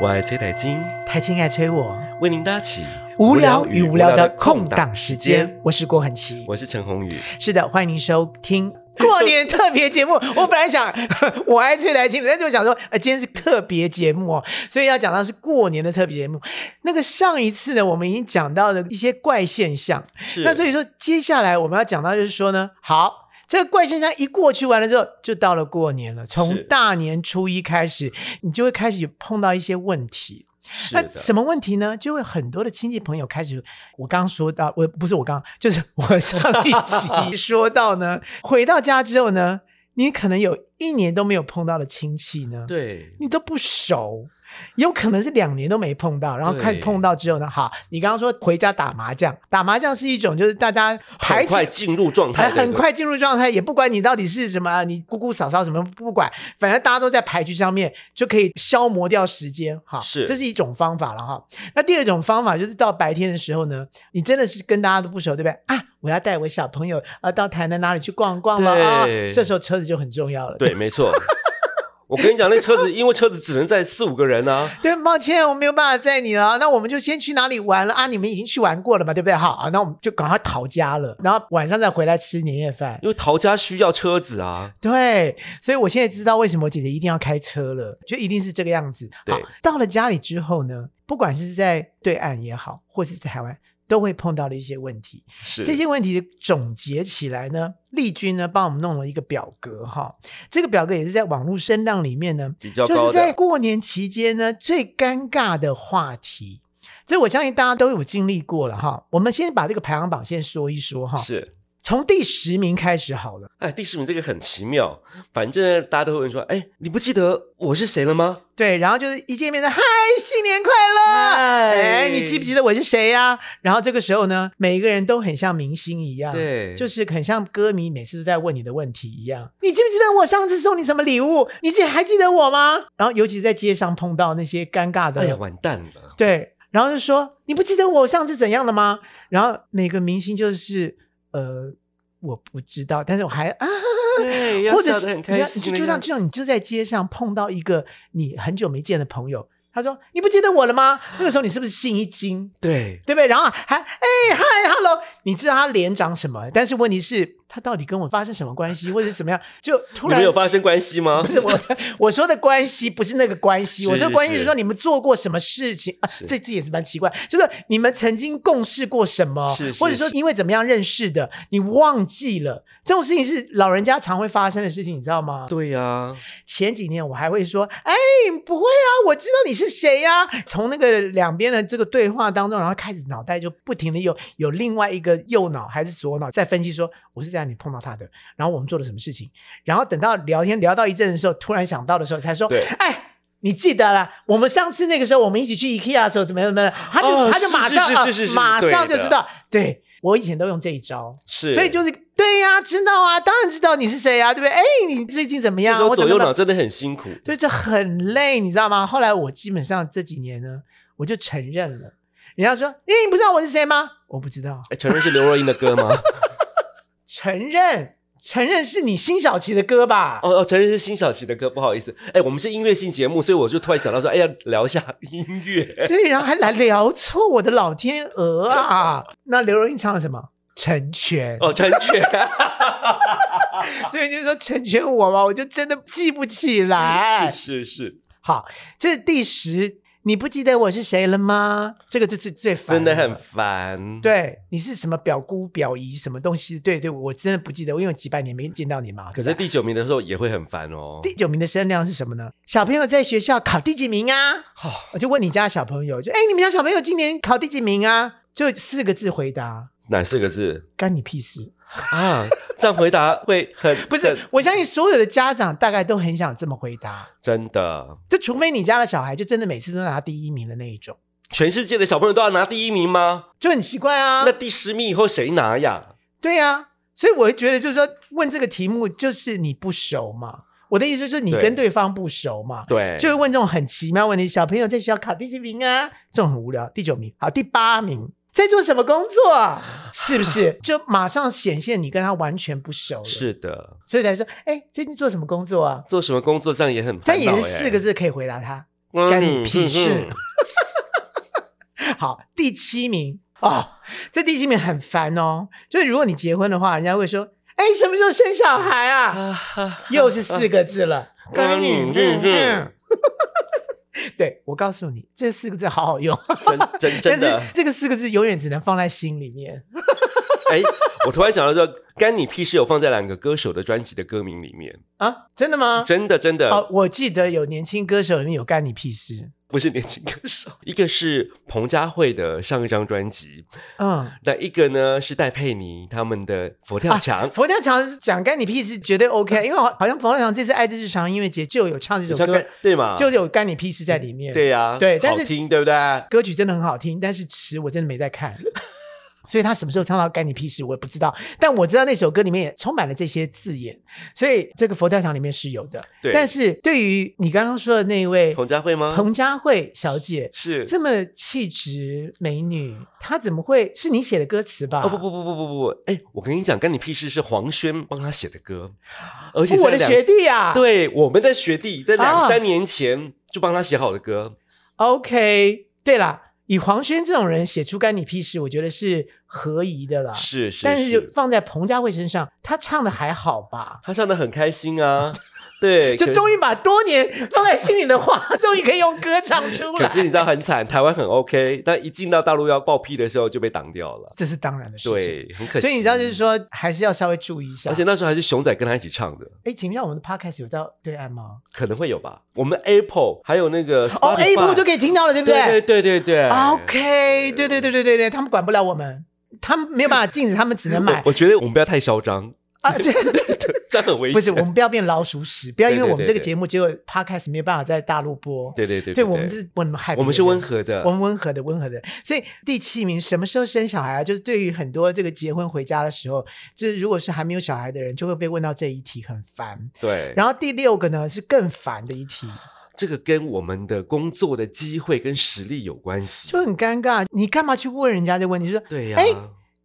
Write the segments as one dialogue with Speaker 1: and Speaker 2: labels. Speaker 1: 我爱崔台金，
Speaker 2: 台青爱催我，
Speaker 1: 为您搭起
Speaker 2: 无聊与无聊的空档时间，。我是郭恒琪。
Speaker 1: 我是陈宏宇，
Speaker 2: 是的，欢迎您收听过年特别 节目。我本来想我爱崔台庆，但就想说，呃，今天是特别节目哦，所以要讲到是过年的特别节目。那个上一次呢，我们已经讲到了一些怪现象，
Speaker 1: 是
Speaker 2: 那所以说接下来我们要讲到就是说呢，好。这个怪现象一过去完了之后，就到了过年了。从
Speaker 1: 是
Speaker 2: 大年初一开始，你就会开始碰到一些问题。
Speaker 1: 是
Speaker 2: 那
Speaker 1: 的
Speaker 2: 什么问题呢？就会很多的亲戚朋友开始，我刚说到，我不是我刚，就是我上一集说到 呢，回到家之后呢，你可能有一年都没有碰到的亲戚呢，
Speaker 1: 对
Speaker 2: 你都不熟。有可能是两年都没碰到，然后
Speaker 1: 对
Speaker 2: 看碰到之后呢，好，你刚刚说回家打麻将，打麻将是一种就是大家排
Speaker 1: 很
Speaker 2: 起
Speaker 1: 快进入状态，
Speaker 2: 还很
Speaker 1: 对不对
Speaker 2: 快进入状态，也不管你到底是什么啊，你姑姑嫂嫂什么不管，反正大家都在牌局上面，就可以消磨掉时间哈。
Speaker 1: 是
Speaker 2: 这是一种方法了哈。那第二种方法就是到白天的时候呢，你真的是跟大家都不熟，对不对啊？我要带我小朋友啊到台南哪里去逛逛了啊、
Speaker 1: 对
Speaker 2: 这时候车子就很重要了。
Speaker 1: 对，没 错。我跟你讲，那车子因为车子只能载四五个人啊，
Speaker 2: 对，抱歉，我没有办法载你了。啊那我们就先去哪里玩了啊？你们已经去玩过了嘛，对不对？好，啊那我们就赶快逃家了，然后晚上再回来吃年夜饭。
Speaker 1: 因为逃家需要车子啊。
Speaker 2: 对，所以我现在知道为什么姐姐一定要开车了，就一定是这个样子。
Speaker 1: 对
Speaker 2: 好，到了家里之后呢，不管是在对岸也好，或是在台湾，都会碰到的一些问题。
Speaker 1: 是
Speaker 2: 这些问题总结起来呢，丽君呢帮我们弄了一个表格哈，这个表格也是在网络声浪里面呢，
Speaker 1: 比较
Speaker 2: 就
Speaker 1: 高
Speaker 2: 是在
Speaker 1: 的，
Speaker 2: 过年期间呢最尴尬的话题。这我相信大家都有经历过了哈。我们先把这个排行榜先说一说哈，
Speaker 1: 是。
Speaker 2: 从第十名开始好了。
Speaker 1: 哎，第十名这个很奇妙，反正大家都会问说，哎，你不记得我是谁了吗？
Speaker 2: 对，然后就是一见面的嗨，新年快乐！哎，你记不记得我是谁呀、然后这个时候呢，每一个人都很像明星一样，，
Speaker 1: 对，
Speaker 2: 就是很像歌迷每次都在问你的问题一样。你记不记得我上次送你什么礼物？你记还记得我吗？然后尤其在街上碰到那些尴尬的，
Speaker 1: 哎呀，完蛋了。
Speaker 2: 对，然后就说你不记得我上次怎样了吗？然后每个明星就是呃，我不知道，但是我还啊。
Speaker 1: 对，要
Speaker 2: 或者
Speaker 1: 笑
Speaker 2: 是
Speaker 1: 得很
Speaker 2: 你
Speaker 1: 开
Speaker 2: 要
Speaker 1: 心
Speaker 2: 就
Speaker 1: 的
Speaker 2: 就像
Speaker 1: 样
Speaker 2: 就
Speaker 1: 子。
Speaker 2: 像你就在街上碰到一个你很久没见的朋友，他说你不记得我了吗？那个时候你是不是心一惊，
Speaker 1: 对，
Speaker 2: 对不对？然后还哎嗨 hello，你知道他脸长什么，但是问题是他到底跟我发生什么关系，或者是怎么样？就突
Speaker 1: 你
Speaker 2: 然
Speaker 1: 们有发生关系吗
Speaker 2: 不？是我我说的关系，不是那个关系。
Speaker 1: 是
Speaker 2: 我说的关系
Speaker 1: 是
Speaker 2: 是说你们做过什么事情啊？
Speaker 1: 是
Speaker 2: 这这也是蛮奇怪，就是你们曾经共事过什么，
Speaker 1: 是是
Speaker 2: 或者说
Speaker 1: 是
Speaker 2: 因为怎么样认识的，你忘记了这种事情是老人家常会发生的事情，你知道吗？
Speaker 1: 对呀、
Speaker 2: 前几年我还会说，哎，不会啊，我知道你是谁呀、从那个两边的这个对话当中，然后开始脑袋就不停的有有另外一个右脑还是左脑在分析说，我是在你碰到他的，然后我们做了什么事情，然后等到聊天聊到一阵的时候，突然想到的时候才说
Speaker 1: 对，
Speaker 2: 哎。你记得啦，我们上次那个时候，我们一起去 IKEA 的时候，怎么样怎么样？他就、
Speaker 1: 哦
Speaker 2: 他就是马上
Speaker 1: 是
Speaker 2: 啊
Speaker 1: 是是是
Speaker 2: 马上
Speaker 1: 对
Speaker 2: 就
Speaker 1: 的啊
Speaker 2: 知道，对我以前都用这一招。
Speaker 1: 是，
Speaker 2: 所以就是对呀、知道啊，当然知道你是谁啊，对不对？哎，你最近怎么
Speaker 1: 这
Speaker 2: 样
Speaker 1: 时
Speaker 2: 啊？
Speaker 1: 候
Speaker 2: 我怎
Speaker 1: 左
Speaker 2: 么
Speaker 1: 右
Speaker 2: 了
Speaker 1: 脑真的很辛苦。
Speaker 2: 对，这很累，你知道吗？后来我基本上这几年呢，我就承认了。人家说：“哎，你不知道我是谁吗？”我不知道，
Speaker 1: 哎，承认是刘若英的歌 吗？
Speaker 2: 承认，承认是你辛晓琪的歌吧？
Speaker 1: 哦哦，承认是辛晓琪的歌，不好意思。哎，我们是音乐性节目，所以我就突然想到说，哎呀，聊一下音乐。
Speaker 2: 对，然后还来聊错，我的老天鹅啊！那刘若英唱了什么？成全，
Speaker 1: 哦，成全，
Speaker 2: 所以就说成全我嘛，我就真的记不起 来。
Speaker 1: 是是，
Speaker 2: 好，这是第十，你不记得我是谁了吗？这个就是最烦，
Speaker 1: 真的很烦。，
Speaker 2: 对，你是什么表姑、表姨什么东西？对对，我真的不记得，因为我几百年没见到你嘛。
Speaker 1: 可
Speaker 2: 对
Speaker 1: 是
Speaker 2: 不对
Speaker 1: 第九名的时候也会很烦哦。
Speaker 2: 第九名的声量是什么呢？小朋友在学校考第几名啊？
Speaker 1: 好，
Speaker 2: 我就问你家小朋友，就哎，你们家小朋友今年考第几名啊？就四个字回答，
Speaker 1: 哪四个字
Speaker 2: 干你屁事！
Speaker 1: 啊？这样回答会很
Speaker 2: 不是，我相信所有的家长大概都很想这么回答，
Speaker 1: 真的，
Speaker 2: 就除非你家的小孩就真的每次都拿第一名的那一种，
Speaker 1: 全世界的小朋友都要拿第一名吗？
Speaker 2: 就很奇怪啊
Speaker 1: 那。第十名以后谁拿呀？
Speaker 2: 对啊，所以我会觉得就是说问这个题目就是你不熟嘛。我的意思就是你
Speaker 1: 对
Speaker 2: 跟对方不熟嘛。
Speaker 1: 对，
Speaker 2: 就会问这种很奇妙的问题：小朋友在学校考第几名啊？这种很无聊。第九名，好，第八名在做什么工作？是不是 就马上显现你跟他完全不熟了？，
Speaker 1: 是的，
Speaker 2: 所以才说，哎、最近做什么工作啊？
Speaker 1: 做什么工作这样也很
Speaker 2: 这
Speaker 1: 烦恼嗯
Speaker 2: 也
Speaker 1: 哎。
Speaker 2: 是四个字可以回答他，干你 屁事！好，第七名哦，这第七名很烦哦。就是如果你结婚的话，人家会说：“哎，什么时候生小孩啊？”又是四个 字了，干你屁事！ 对我告诉你，这四个字好好用，
Speaker 1: 真真 真的
Speaker 2: 但是，这个四个字永远只能放在心里面。
Speaker 1: 哎，我突然想到说，干你屁事有放在两个歌手的专辑的歌名里面，
Speaker 2: 啊，真的吗？
Speaker 1: 真的真的、
Speaker 2: 哦，我记得有年轻歌手里面有干你屁事，
Speaker 1: 不是年轻歌手， 一个是彭佳慧的上一张专辑，
Speaker 2: 嗯，
Speaker 1: 那一个呢是戴佩妮他们的《佛跳墙》
Speaker 2: 冯小强讲干你屁事绝对 OK，因为啊好好像冯小强这次爱这日常音乐节就有唱这
Speaker 1: 你
Speaker 2: 首
Speaker 1: 像
Speaker 2: 歌
Speaker 1: 干，对嘛？
Speaker 2: 就有干你屁事在里面。
Speaker 1: 对呀、
Speaker 2: 对但是
Speaker 1: 好听对不对？
Speaker 2: 歌曲真的很好听，但是词我真的没在看， 所以他什么时候唱到“干你屁事”我也不知道。但我知道那首歌里面也充满了这些字眼，所以这个佛跳墙里面是有的。
Speaker 1: 对
Speaker 2: 但是对于你刚刚说的那位
Speaker 1: 彭佳慧吗？
Speaker 2: 彭佳慧小姐，
Speaker 1: 是
Speaker 2: 这么气质美女，她怎么会是你写的歌词吧？
Speaker 1: 哦不不不不不不不，哎，我跟你讲，干你屁事是黄轩帮他写的 歌，而且是
Speaker 2: 我的
Speaker 1: 两
Speaker 2: 学弟啊。
Speaker 1: 对我们的学弟在两
Speaker 2: 啊
Speaker 1: 三年前就帮他写好的歌，
Speaker 2: ，OK，对啦，以黄轩这种人写出“干你屁事”，我觉得是合宜的啦。
Speaker 1: 是是，
Speaker 2: 啊但是就是放在彭佳慧身上，她唱的还好吧？
Speaker 1: 他唱的很开心 啊，对，
Speaker 2: 就
Speaker 1: 可
Speaker 2: 终于把多年放在心里的话， 终于可以用歌唱出
Speaker 1: 可
Speaker 2: 来。
Speaker 1: 是你知道很惨，台湾很 OK，但一进到大陆要报批的时候就被挡掉了，
Speaker 2: 这是当然的事情。
Speaker 1: 对，很可惜。
Speaker 2: 所以你知道，就是，说，还是要稍微注意一下。
Speaker 1: 而且，那时候还是熊仔跟他一起唱的，
Speaker 2: 哎，请问一下，我们的 podcast 有到对岸吗？
Speaker 1: 可能会有吧。我们 Apple 还有那个
Speaker 2: 哦
Speaker 1: Spotify
Speaker 2: ，A 部就可以听到了，啊对不
Speaker 1: 对对对对
Speaker 2: OK，对对对对对对，他们管不了我们，他们没有办法禁止，他们只能买
Speaker 1: 我我觉得我们不要太嚣张，
Speaker 2: 啊。 对，
Speaker 1: 这样很危险。
Speaker 2: 不是，我们不要变老鼠屎，不要因为
Speaker 1: 对对
Speaker 2: 我们这个
Speaker 1: 对对
Speaker 2: 节目只有 podcast 没有办法在大陆播。
Speaker 1: 对对对
Speaker 2: 对，我们是我们害
Speaker 1: 我们是温和的
Speaker 2: 我，们温和的，温和的。所以第七名，什么时候生小孩啊？就是对于很多这个结婚回家的时候，就是如果是还没有小孩的人，就会被问到这一题，很烦。
Speaker 1: 对。
Speaker 2: 然后第六个呢是更烦的一题，
Speaker 1: 这个跟我们的工作的机会跟实力有关系。
Speaker 2: 就很尴尬。你干嘛去问人家这问题？就说
Speaker 1: 对呀、
Speaker 2: 哎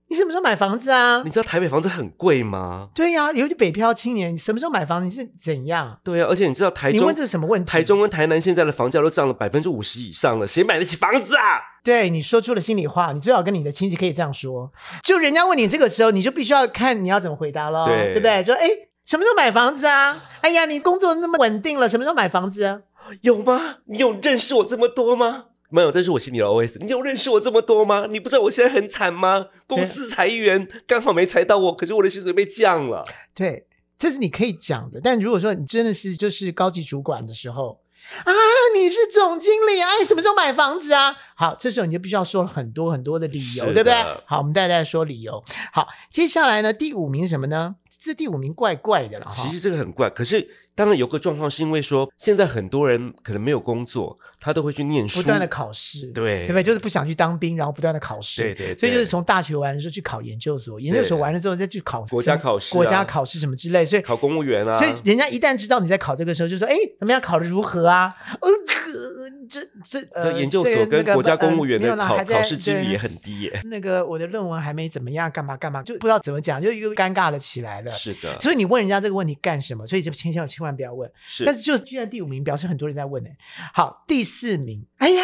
Speaker 2: 你什么时候买房子啊
Speaker 1: 你？知道台北房子很贵吗？
Speaker 2: 对呀、尤其北漂青年，你什么时候买房？你是怎样？
Speaker 1: 对啊呀、而且你知道台
Speaker 2: 你
Speaker 1: 中
Speaker 2: 问这是什么问题？
Speaker 1: 台中跟台南现在的房价都涨了百分之五十以上了，谁买得起房子啊？
Speaker 2: 对你说出了心里话，你最好跟你的亲戚可以这样说，就人家问你这个时候，你就必须要看你要怎么回答咯，
Speaker 1: 对
Speaker 2: 不对？说哎，什么时候买房子啊？哎呀，你工作那么稳定了，什么时候买房子啊？
Speaker 1: 有吗？你有认识我这么多吗？没有，这是我心里的 OS。你有认识我这么多吗？你不知道我现在很惨吗？
Speaker 2: 啊
Speaker 1: 公司裁员，刚好没裁到我，可是我的薪水被降了。
Speaker 2: 对，这是你可以讲的，但如果说你真的是就是高级主管的时候。啊，你是总经理，哎，什么时候买房子啊？好，这时候你就必须要说很多很多的理由，
Speaker 1: 是的
Speaker 2: 对不对？好，我们大家说理由。好，接下来呢，第五名是什么呢？这第五名怪怪的了啊哈
Speaker 1: 其。实这个很怪，可是当然有个状况是因为说，现在很多人可能没有工作，他都会去念书，
Speaker 2: 不断的考试，
Speaker 1: 对
Speaker 2: 对不对？就是不想去当兵，然后不断的考试，
Speaker 1: 对对对
Speaker 2: 所以就是从大学完了之后去考研究所，研究所完了之后再去考
Speaker 1: 国家
Speaker 2: 什么
Speaker 1: 考试啊
Speaker 2: 国家考试什么之类，所以
Speaker 1: 考公务员啊，
Speaker 2: 所以人家一旦知道你在考这个时候，就说：“哎，怎么样考的如何啊？”呃，呃这这呃，
Speaker 1: 这研究
Speaker 2: 这
Speaker 1: 所
Speaker 2: 个
Speaker 1: 跟
Speaker 2: 那个
Speaker 1: 国家
Speaker 2: 呃
Speaker 1: 公务员
Speaker 2: 没
Speaker 1: 的
Speaker 2: 有啦
Speaker 1: 考
Speaker 2: 还在
Speaker 1: 考试几率
Speaker 2: 对
Speaker 1: 也很低耶。
Speaker 2: 那个我的论文还没怎么样，干嘛干嘛，就不知道怎么讲，就又尴尬了起来了。
Speaker 1: 是啊的，
Speaker 2: 所以你问人家这个问题干什么？所以就千万千万不要问。
Speaker 1: 是
Speaker 2: 但是就居然第五名，表示很多人在问呢、欸好，第四名，哎呀，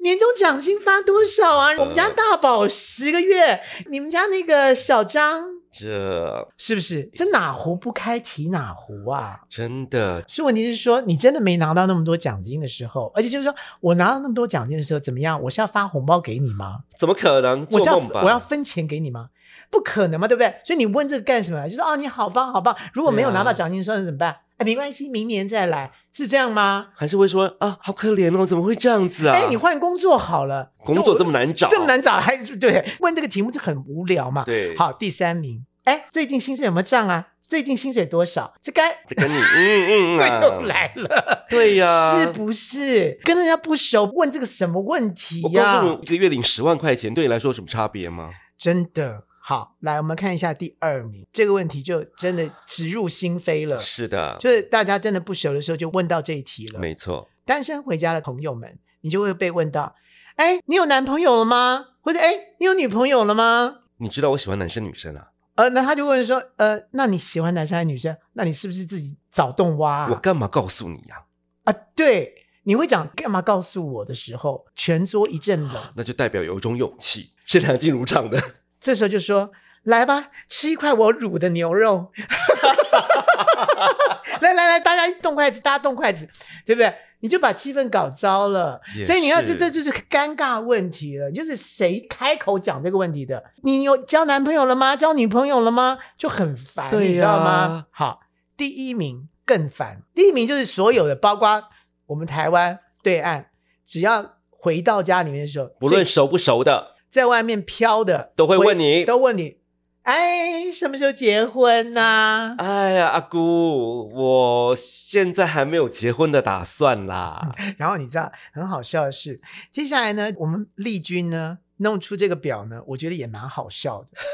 Speaker 2: 年终奖金发多少啊？
Speaker 1: 呃
Speaker 2: 我们家大宝十个月，你们家那个小张
Speaker 1: 这
Speaker 2: 是不是？这哪壶不开提哪壶啊？
Speaker 1: 真的
Speaker 2: 是问题是说，你真的没拿到那么多奖金的时候，而且就是说我拿到那么多奖金的时候，怎么样？我是要发红包给你吗？
Speaker 1: 怎么可能？
Speaker 2: 我
Speaker 1: 做
Speaker 2: 是要
Speaker 1: 梦吧！
Speaker 2: 我要分钱给你吗？不可能嘛，对不对？所以你问这个干什么？就是哦，你好棒好棒。如果没有
Speaker 1: 对啊
Speaker 2: 拿到奖金的时候，那怎么办？哎，没关系，明年再来，是这样吗？
Speaker 1: 还是会说啊，好可怜哦，怎么会这样子啊？
Speaker 2: 哎、你换工作好了，
Speaker 1: 工作这
Speaker 2: 么
Speaker 1: 么难找，
Speaker 2: 这么难找，还是对？问这个题目就很无聊嘛。
Speaker 1: 对
Speaker 2: 好，第三名，哎，最近薪水有没有涨啊？最近薪水多少？这该
Speaker 1: 跟你 嗯嗯啊，
Speaker 2: 又来了，
Speaker 1: 对呀、
Speaker 2: 是不是？跟人家不熟，问这个什么问题
Speaker 1: 我告
Speaker 2: 呀、
Speaker 1: 诉你，一个月领十万块钱，对你来说有什么差别吗？
Speaker 2: 真的。好，来我们看一下第二名这个问题，就真的直入心扉了。
Speaker 1: 是的，
Speaker 2: 就是大家真的不熟的时候，就问到这一题了。
Speaker 1: 没错，
Speaker 2: 单身回家的朋友们，你就会被问到：哎，你有男朋友了吗？或者哎，你有女朋友了吗？
Speaker 1: 你知道我喜欢男生女生啊，
Speaker 2: 呃，那他就问说：呃，那你喜欢男生还是女生？那你是不是自己找洞挖
Speaker 1: 我
Speaker 2: 啊？
Speaker 1: 干嘛告诉你呀、
Speaker 2: 啊，对。你会讲干嘛告诉我的时候，全桌一阵冷，
Speaker 1: 那就代表有一种勇气是梁静茹唱的。
Speaker 2: 这时候就说。来吧，吃一块我卤的牛肉。 来来来，大家动筷子，大家动筷子，对不对？你就把气氛搞糟了。
Speaker 1: 也
Speaker 2: 所以你看，这
Speaker 1: 是
Speaker 2: 这就是尴尬问题了，就是谁开口讲这个问题的？你有交男朋友了吗？交女朋友了吗？就很烦，
Speaker 1: 对呀
Speaker 2: 你知道吗？好，第一名更烦，第一名就是所有的，包括我们台湾对岸，只要回到家里面的时候，
Speaker 1: 不论熟不熟的，
Speaker 2: 在外面飘的
Speaker 1: 都会问你
Speaker 2: 都问你，哎，什么时候结婚啊呐、
Speaker 1: 哎呀，阿姑，我现在还没有结婚的打算啦。
Speaker 2: 然后你知道很好笑的是，接下来呢，我们丽君呢弄出这个表呢，我觉得也蛮好笑的。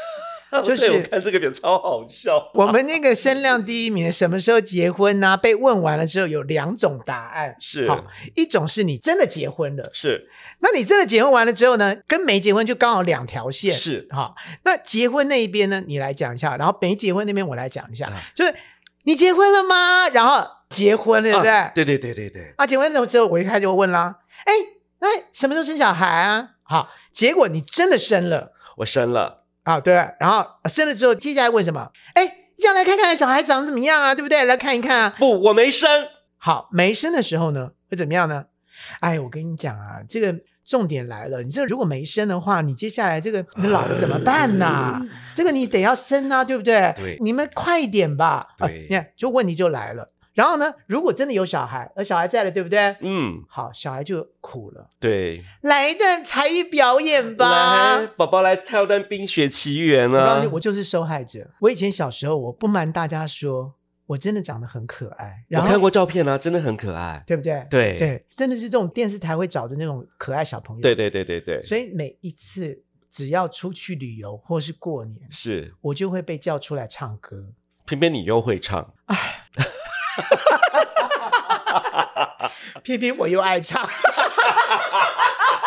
Speaker 2: 嗯就是
Speaker 1: 对我看这个表超好笑。啊
Speaker 2: 我们那个声量第一名什么时候结婚呐、被问完了之后，有两种答案。
Speaker 1: 是
Speaker 2: 好，一种是你真的结婚了，
Speaker 1: 是
Speaker 2: 那你真的结婚完了之后呢，跟没结婚就刚好两条线。
Speaker 1: 是
Speaker 2: 好，那结婚那一边呢，你来讲一下，然后没结婚那边我来讲一下，
Speaker 1: 啊
Speaker 2: 就是你结婚了吗？然后结婚了，对不对？
Speaker 1: 啊对对对对对，
Speaker 2: 啊，结婚的时候我一开始就问啦，哎，那什么时候生小孩啊？好，结果你真的生了
Speaker 1: 我生了，
Speaker 2: 啊，对，然后生了之后，接下来问什么？哎，你想来看看小孩长得怎么样啊，对不对？来看一看啊。
Speaker 1: 不，我没生。
Speaker 2: 好，没生的时候呢，会怎么样呢？哎，我跟你讲啊，这个重点来了，你这如果没生的话，你接下来这个你老了怎么办 呐、这个你得要生啊，对不对？
Speaker 1: 对
Speaker 2: 你们快一点吧。啊
Speaker 1: 对
Speaker 2: 你看，就问题就来了。然后呢，如果真的有小孩，而小孩在了，对不对？
Speaker 1: 嗯，
Speaker 2: 好，小孩就苦了，
Speaker 1: 对。
Speaker 2: 来一段才艺表演吧
Speaker 1: 来，。宝宝来跳段《冰雪奇缘》
Speaker 2: 我告诉
Speaker 1: 啊
Speaker 2: 你，！我就是受害者。我以前小时候，我不瞒大家说，我真的长得很可爱。
Speaker 1: 我
Speaker 2: 然后
Speaker 1: 看过照片啊，真的很可爱。
Speaker 2: 对不对？
Speaker 1: 对
Speaker 2: 对，真的是这种电视台会找的那种可爱小朋友。
Speaker 1: 对对对对对，
Speaker 2: 所以每一次只要出去旅游或是过年，
Speaker 1: 是
Speaker 2: 我就会被叫出来唱歌。
Speaker 1: 偏偏你又会唱，
Speaker 2: 偏偏我又爱唱，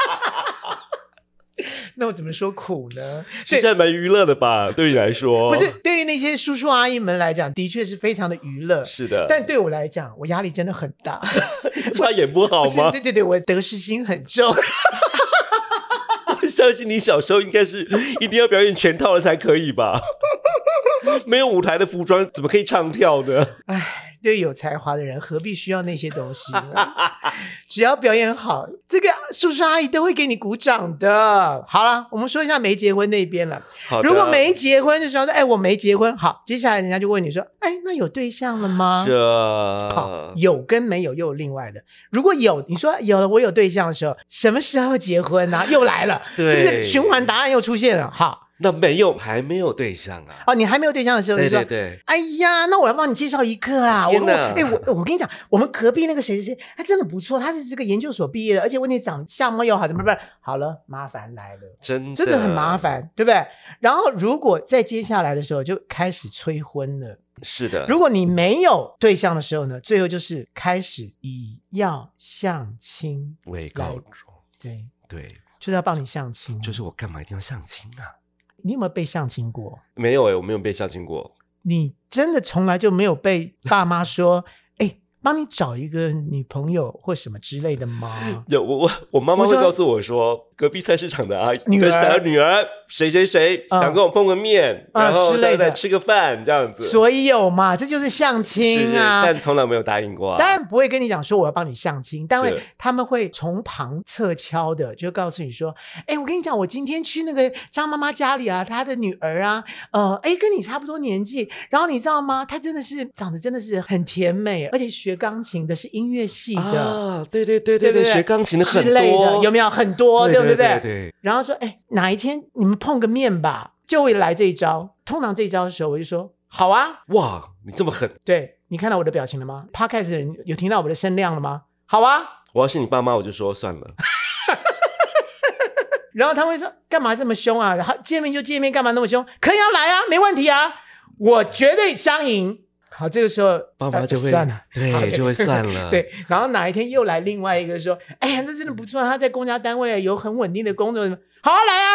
Speaker 2: 那我怎么说苦呢？
Speaker 1: 其实还蛮娱乐的吧？对你来说，
Speaker 2: 不是，对于那些叔叔阿姨们来讲，的确是非常的娱乐。
Speaker 1: 是的，
Speaker 2: 但对我来讲，我压力真的很大。
Speaker 1: 他演不好
Speaker 2: 不 是
Speaker 1: 吗？
Speaker 2: 对对对，我得失心很重。
Speaker 1: 我 相信你小时候应该 是一定要表演全套的才可以吧？没有舞台的服装怎么可以唱跳呢？
Speaker 2: 唉，对有才华的人何必需要那些东西呢？只要表演好，这个叔叔阿姨都会给你鼓掌的。好了，我们说一下没结婚那边了。
Speaker 1: 好的，
Speaker 2: 如果没结婚就说，哎，我没结婚。好，接下来人家就问你说，哎，那有对象了吗？
Speaker 1: 啊
Speaker 2: 好，
Speaker 1: 这
Speaker 2: 有跟没有又有另外的。如果有，你说有了，我有对象的时候，什么时候结婚呢、又 来了，是不
Speaker 1: 对
Speaker 2: 是循环答案又出现了？好，
Speaker 1: 那没有还没有对象啊？
Speaker 2: 哦，你还没有对象的时候，
Speaker 1: 对
Speaker 2: 你说
Speaker 1: 对对，
Speaker 2: 哎呀，那我要帮你介绍一个啊！我
Speaker 1: 天
Speaker 2: 我
Speaker 1: 哪
Speaker 2: 哎、我我跟你讲，我们隔壁那个谁谁谁，他真的不错，他是这个研究所毕业的，而且问题长得相貌又好，怎么办？好了，麻烦来了，
Speaker 1: 真的
Speaker 2: 真的很麻，烦，对不对？然后如果在接下来的时候就开始催婚了，
Speaker 1: 是的。
Speaker 2: 如果你没有对象的时候呢，最后就是开始以要相亲，
Speaker 1: 为高中，
Speaker 2: 对，
Speaker 1: 对，
Speaker 2: 就是要帮你相亲。
Speaker 1: 就是我干嘛一定要相亲啊？
Speaker 2: 你有没有被相亲过？
Speaker 1: 没有哎、我没有被相亲过。
Speaker 2: 你真的从来就没有被爸妈说， 哎、帮你找一个女朋友或什么之类 的吗？
Speaker 1: 有我我我妈妈
Speaker 2: 我
Speaker 1: 会
Speaker 2: 说
Speaker 1: 告诉我说，隔壁菜市场的阿姨，
Speaker 2: 女儿
Speaker 1: 菜市场的女儿谁谁谁
Speaker 2: 嗯
Speaker 1: 想跟我碰个面，
Speaker 2: 嗯
Speaker 1: 然后
Speaker 2: 之
Speaker 1: 再
Speaker 2: 类的
Speaker 1: 再吃个饭这样子。
Speaker 2: 所以有嘛，这就是相
Speaker 1: 是
Speaker 2: 亲
Speaker 1: 是，
Speaker 2: 啊。
Speaker 1: 但从来没有答应过啊。
Speaker 2: 当然不会跟你讲说我要帮你相亲，但会
Speaker 1: 是
Speaker 2: 他们会从旁侧敲的，就告诉你说，哎，我跟你讲，我今天去那个张妈妈家里啊，她的女儿啊，呃，哎，跟你差不多年纪，然后你知道吗？她真的是长得真的是很甜美，而且学钢琴的，是音乐系的。
Speaker 1: 啊，对对对对，
Speaker 2: 对不对
Speaker 1: 学钢琴的
Speaker 2: 之
Speaker 1: 很
Speaker 2: 类的
Speaker 1: 多，
Speaker 2: 有没有很多，
Speaker 1: 对
Speaker 2: 不
Speaker 1: 对对，
Speaker 2: 然后说，哎，哪一天你们碰个面吧，就会来这一招。通常这一招的时候，我就说好啊，
Speaker 1: 哇，你这么狠！
Speaker 2: 对你看到我的表情了吗？Podcast 的人有听到我的声量了吗？好啊。
Speaker 1: 我要是你爸妈，我就说算 了。
Speaker 2: 然后他会说，干嘛这么凶啊？然后见面就见面，干嘛那么凶？可以要来啊，没问题啊，我绝对相赢。好，这个时候
Speaker 1: 爸妈
Speaker 2: 呃
Speaker 1: 就会啊
Speaker 2: 算了，好
Speaker 1: 对，就会算了。
Speaker 2: 对，然后哪一天又来另外一个说，哎呀，这真的不错啊，他在公家单位有很稳定的工作，好、啊、来啊。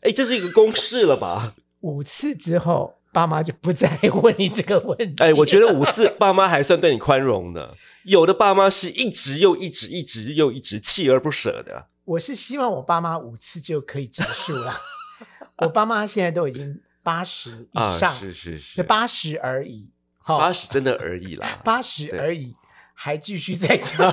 Speaker 1: 哎，这是一个公式了吧？
Speaker 2: 五次之后，爸妈就不再 问你这个问题。
Speaker 1: 哎，我觉得五次爸妈还算对你宽容的，有的爸妈是一直又一直、一直又一直锲而不舍的。
Speaker 2: 我是希望我爸妈五次就可以结束了。我爸妈现在都已经八十以上，
Speaker 1: 啊、是是是，
Speaker 2: 就八十而已，好、
Speaker 1: 八十真的而已啦。
Speaker 2: 八十
Speaker 1: 对
Speaker 2: 而已，还继续在 讲。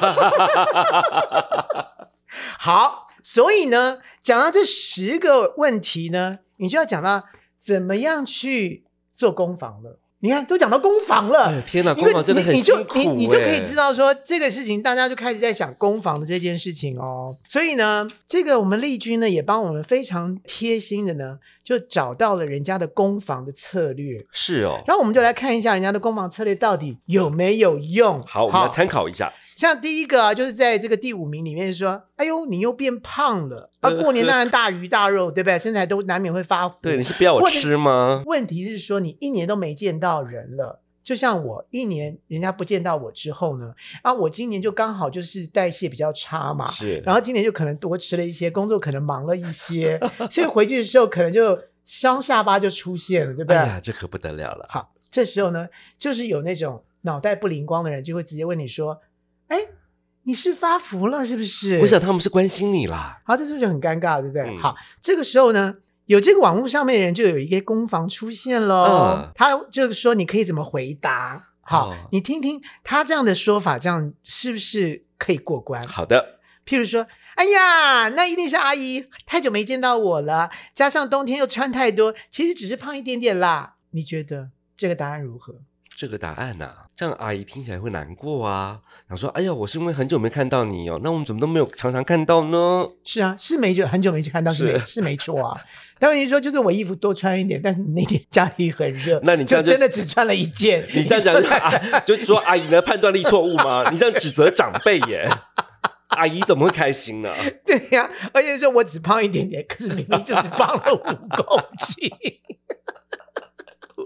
Speaker 2: 好，所以呢，讲到这十个问题呢，你就要讲到怎么样去做攻防了。你看，都讲到攻防了。
Speaker 1: 哎呦天哪，
Speaker 2: 因
Speaker 1: 光
Speaker 2: 为
Speaker 1: 芒真的很
Speaker 2: 你你
Speaker 1: 辛
Speaker 2: 就
Speaker 1: 苦、
Speaker 2: 你你就可以
Speaker 1: 哎
Speaker 2: 知道说这个事情，大家就开始在想攻防的这件事情哦。所以呢，这个我们丽君呢也帮我们非常贴心的呢，就找到了人家的攻防的策略。
Speaker 1: 是哦。
Speaker 2: 然后我们就来看一下人家的攻防策略到底有没有用。
Speaker 1: 好，我们来参考一下。
Speaker 2: 像第一个啊，就是在这个第五名里面说，哎呦，你又变胖了啊！过年当然大鱼大肉，对不对？身材都难免会发福。
Speaker 1: 呃对，你是不要我吃吗？
Speaker 2: 问题是说你一年都没见到人了。就像我一年人家不见到我之后呢，啊，我今年就刚好就是代谢比较差嘛，
Speaker 1: 是，
Speaker 2: 然后今年就可能多吃了一些，工作可能忙了一些，所以回去的时候可能就双下巴就出现了，对不对？
Speaker 1: 哎呀，这可不得了了。
Speaker 2: 好，这时候呢，就是有那种脑袋不灵光的人，就会直接问你说：“哎，你是发福了是不是？”
Speaker 1: 我想他们是关心你啦。
Speaker 2: 好，这时候就很尴尬，对不对？
Speaker 1: 嗯
Speaker 2: 好，这个时候呢，有这个网络上面的人就有一个攻防出现喽，
Speaker 1: 嗯
Speaker 2: 他就是说你可以怎么回答？好，
Speaker 1: 哦
Speaker 2: 你听听他这样的说法，这样是不是可以过关？
Speaker 1: 好的，
Speaker 2: 譬如说，哎呀，那一定是阿姨太久没见到我了，加上冬天又穿太多，其实只是胖一点点啦。你觉得这个答案如何？
Speaker 1: 这个答案呐、啊这样阿姨听起来会难过啊。想说，哎呀，我是因为很久没看到你哦，那我们怎么都没有常常看到 呢？
Speaker 2: 是啊，是没久很久没看到，是没
Speaker 1: 是
Speaker 2: 是没错啊。当然你说就是我衣服多穿一点，但是你那天家里很热，
Speaker 1: 那你这
Speaker 2: 就
Speaker 1: 样就
Speaker 2: 真的只穿了一件。
Speaker 1: 你这样讲
Speaker 2: 就
Speaker 1: 就啊，就是说阿姨的判断力错误 吗？你这样指责长辈耶，阿姨怎么会开心 呢？
Speaker 2: 对呀、而且说我只胖一点点，可是明明就是胖了五公 斤。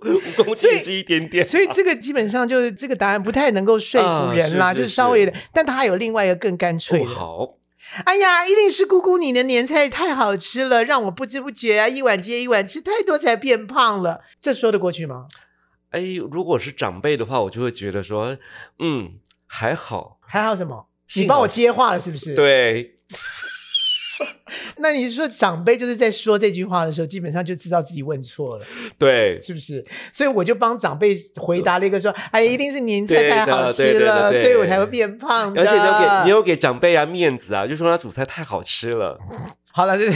Speaker 1: 五公斤也是一点点，
Speaker 2: 所以这个基本上就是这个答案不太能够说服人啦，
Speaker 1: 啊是是
Speaker 2: 就是稍微的。但他还有另外一个更干脆
Speaker 1: 不
Speaker 2: 的，
Speaker 1: 好。
Speaker 2: 哎呀，一定是姑姑你的年菜太好吃了，让我不知不觉啊一碗接一碗吃太多才变胖了，这说得过去吗？
Speaker 1: 哎，如果是长辈的话，我就会觉得说，嗯，还好。
Speaker 2: 还好什么？你
Speaker 1: 幸
Speaker 2: 帮
Speaker 1: 好
Speaker 2: 我接话了是不是？。
Speaker 1: 对，
Speaker 2: 那你说长辈就是在说这句话的时候，基本上就知道自己问错了，
Speaker 1: 对，
Speaker 2: 是不是？所以我就帮长辈回答了一个说：“哎，一定是年菜
Speaker 1: 对的
Speaker 2: 太好吃
Speaker 1: 对对
Speaker 2: 了，
Speaker 1: 对对
Speaker 2: 所以我才会变胖的。”
Speaker 1: 而且你有给你有给长辈啊面子啊，就说他煮菜太好吃 了。
Speaker 2: 好了，对对。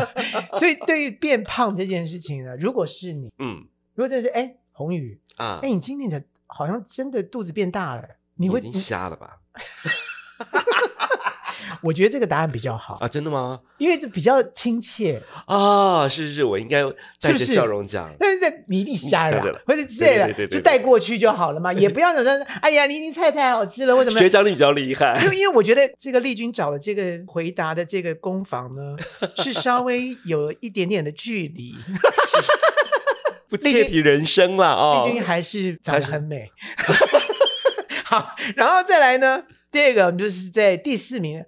Speaker 2: 所以对于变胖这件事情呢，如果是你，
Speaker 1: 嗯
Speaker 2: 如果真的是哎，宏宇，
Speaker 1: 啊
Speaker 2: 哎，，你今年的好像真的肚子变大了，你会
Speaker 1: 已经瞎了吧？
Speaker 2: 我觉得这个答案比较好，
Speaker 1: 啊，真的吗？
Speaker 2: 因为这比较亲切。
Speaker 1: 啊，是是是，我应该带
Speaker 2: 是
Speaker 1: 着
Speaker 2: 不是
Speaker 1: 笑容讲。
Speaker 2: 但是这你一定瞎了
Speaker 1: 瞎
Speaker 2: 啦
Speaker 1: 了，
Speaker 2: 或者之类的，
Speaker 1: 对对对对对
Speaker 2: 就带过去就好了嘛，也不要想说，哎呀，你你菜太好吃了，为什么？
Speaker 1: 学长你比较厉害，
Speaker 2: 就因为我觉得这个丽君找的这个回答的这个攻防呢，是稍微有一点点的 距离。
Speaker 1: 不切题人生啦
Speaker 2: 丽
Speaker 1: 哦。
Speaker 2: 君还是长得很美。 好，然后再来呢，第二个我们就是在第四名，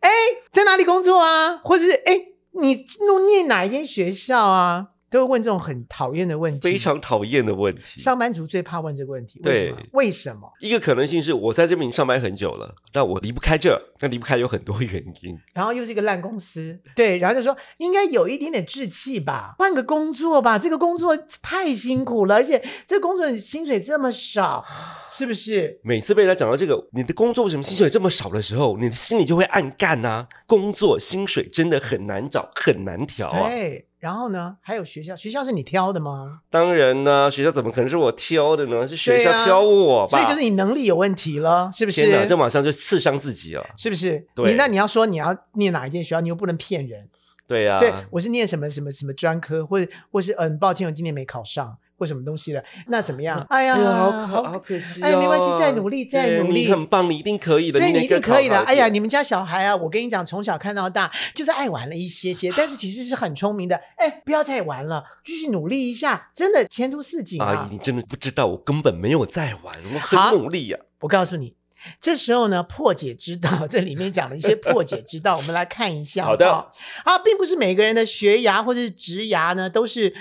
Speaker 2: 哎，在哪里工作啊？或者是哎，你弄念哪一间学校啊？都会问这种很讨厌的问题。
Speaker 1: 非常讨厌的问题。
Speaker 2: 上班族最怕问这个问题，为什么
Speaker 1: 对？
Speaker 2: 为什么？
Speaker 1: 一个可能性是我在这边已经上班很久了，但我离不开这，但离不开有很多原因。
Speaker 2: 然后又是一个烂公司，对，然后就说应该有一点点志气吧，换个工作吧，这个工作太辛苦了，而且这个工作薪水这么少，是不是？
Speaker 1: 每次被他讲到这个，你的工作为什么薪水这么少的时候，你的心里就会暗干呐、工作薪水真的很难找，很难调啊。
Speaker 2: 对，然后呢，还有学校，学校是你挑的吗？
Speaker 1: 当然呢、学校怎么可能是我挑的呢？是学
Speaker 2: 对啊
Speaker 1: 校挑我吧？
Speaker 2: 所以就是你能力有问题了，是不
Speaker 1: 天哪，
Speaker 2: 是
Speaker 1: 这？马上就刺伤自己啊了。
Speaker 2: 是不是？
Speaker 1: 对
Speaker 2: 你那你要说你要念哪一间学校，你又不能骗人，
Speaker 1: 对啊哎呀、
Speaker 2: 所以我是念什么什么什么专科，或者或是嗯，抱歉，我今年没考上或什么东西的，那怎么样？哎呀，
Speaker 1: 哎呀，好可
Speaker 2: 好
Speaker 1: 好可惜、哦。
Speaker 2: 哎没关系再努力再
Speaker 1: 对
Speaker 2: 努力
Speaker 1: 你很棒，你一定可以的。
Speaker 2: 对
Speaker 1: 你
Speaker 2: 你一定可以的。
Speaker 1: 的。
Speaker 2: 哎呀，你们家小孩啊，我跟你讲，从小看到大，就是爱玩了一些些，但是其实是很聪明的。哎，不要再玩了，继续努力一下，真的前途似锦
Speaker 1: 阿
Speaker 2: 啊
Speaker 1: 姨，！哎你真的不知道，我根本没有在玩，我
Speaker 2: 好
Speaker 1: 很努力啊呀、
Speaker 2: 我告诉你，这时候呢，破解之道这里面讲了一些破解之道，我们来看一下。
Speaker 1: 好的
Speaker 2: 不好，啊，并不是每个人的学涯或者是职涯呢都是。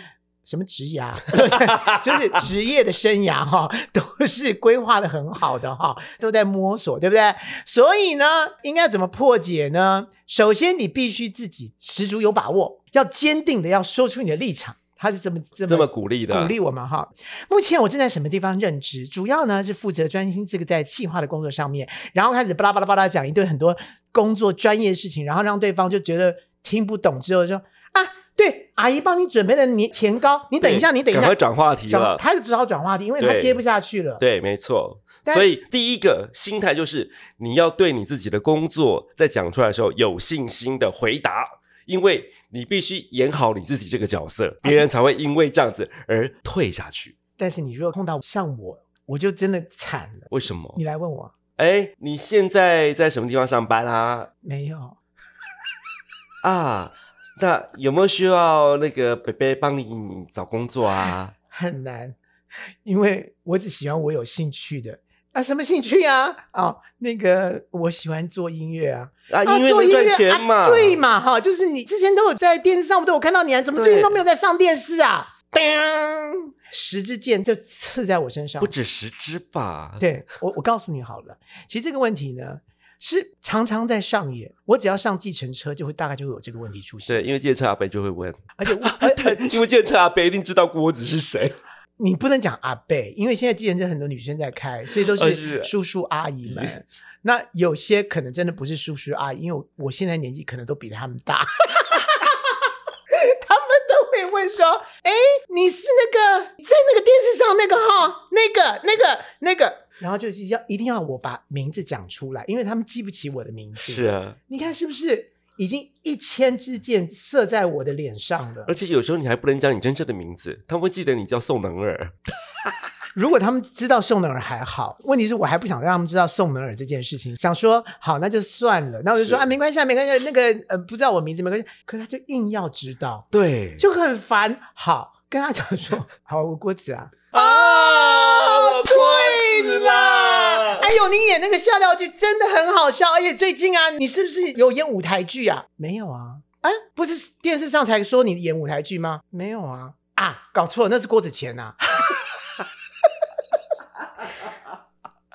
Speaker 2: 什么职涯， 就是职业的生涯哈、都是规划的很好的哈、都在摸索，对不对？所以呢，应该怎么破解呢？首先，你必须自己十足有把握，要坚定的要说出你的立场。他是这么这么
Speaker 1: 这么鼓励的，
Speaker 2: 鼓励我们哈。目前我正在什么地方任职？主要呢是负责专心这个在企划的工作上面，然后开始巴拉巴拉巴拉讲一堆很多工作专业事情，然后让对方就觉得听不懂，之后就说啊，对，阿姨帮你准备了年甜糕，你等一下，
Speaker 1: 对
Speaker 2: 你等一
Speaker 1: 赶
Speaker 2: 下
Speaker 1: 快，转话题
Speaker 2: 转
Speaker 1: 了。
Speaker 2: 他就只好转话题，因为他
Speaker 1: 对
Speaker 2: 接不下去了。
Speaker 1: 对，没错。
Speaker 2: 但
Speaker 1: 所以第一个心态就是你要对你自己的工作在讲出来的时候有信心的回答，因为你必须演好你自己这个角色，别人才会因为这样子而退下去。
Speaker 2: 但是你如果碰到像我，我就真的惨了。
Speaker 1: 为什么
Speaker 2: 你？来问我，
Speaker 1: 哎，你现在在什么地方上班啊？
Speaker 2: 没有，
Speaker 1: 啊，那有没有需要那个北北帮你找工作啊？
Speaker 2: 很难，因为我只喜欢我有兴趣的。啊，什么兴趣呀、啊？哦，那个我喜欢做音乐啊。
Speaker 1: 啊，
Speaker 2: 啊，
Speaker 1: 因为
Speaker 2: 做
Speaker 1: 能
Speaker 2: 音乐
Speaker 1: 赚钱嘛，
Speaker 2: 啊、对？嘛哈，就是你之前都有在电视上，我都有看到你啊，怎么最近
Speaker 1: 对
Speaker 2: 都没有在上电视啊？当，十支箭就刺在我身上
Speaker 1: 不。止十支吧？
Speaker 2: 对我，我告诉你好了，其实这个问题呢是常常在上演，我只要上计程车，就会大概就会有这个问题出现，
Speaker 1: 对，因为借车阿北就会问，
Speaker 2: 而且我。 而而
Speaker 1: 因为借车阿北一定知道郭子是谁。
Speaker 2: 你不能讲阿贝，因为现在计程车很多女生在开，所以都
Speaker 1: 呃
Speaker 2: 是
Speaker 1: 是嗯
Speaker 2: 叔叔阿姨们。 那有些可能真的不是叔叔阿姨，因为我我现在年纪可能都比他们大， 他们都会问说：“哎，你是那个在那个电视上那个哈，那个那个那个。”然后就是要一定要我把名字讲出来，因为他们记不起我的名字。
Speaker 1: 是，啊，
Speaker 2: 你看是不是已经一千支箭射在我的脸上 了
Speaker 1: 而？且有时候你还不能讲你真正的名字，他们会记得你叫宋能儿。
Speaker 2: 如果他们知道宋能尔还好，问题是我还不想让他们知道宋能尔这件事情，想说好那就算了，那我就说
Speaker 1: 是
Speaker 2: 啊没关系啊没关系啊，那个呃不知道我名字没关系，可是他就硬要知道，
Speaker 1: 对，
Speaker 2: 就很烦。好，跟他讲说，好我郭子啊，
Speaker 1: 啊，
Speaker 2: 对啦，哎呦你演那个笑料剧真的很好笑，而且最近啊你是不是有演舞台剧啊？没有啊，啊不是电视上才说你演舞台剧吗？没有啊，啊搞错了，那是郭子乾啊。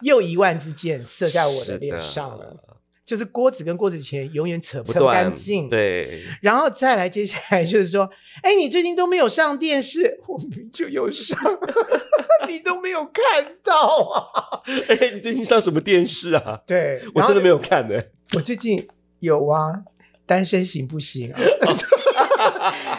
Speaker 2: 又一万支箭射在我的脸上了，
Speaker 1: 是的，
Speaker 2: 就是郭子跟郭子乾永远扯
Speaker 1: 不
Speaker 2: 扯不
Speaker 1: 断
Speaker 2: 干净。，
Speaker 1: 对，
Speaker 2: 然后再来接下来就是说，哎，你最近都没有上电视，我们就有上， 你都没有看到啊。
Speaker 1: 哎，你最近上什么电视啊？
Speaker 2: 对，
Speaker 1: 我真的没
Speaker 2: 有，
Speaker 1: 有看呢、
Speaker 2: 我最近有啊，单身行不行、啊？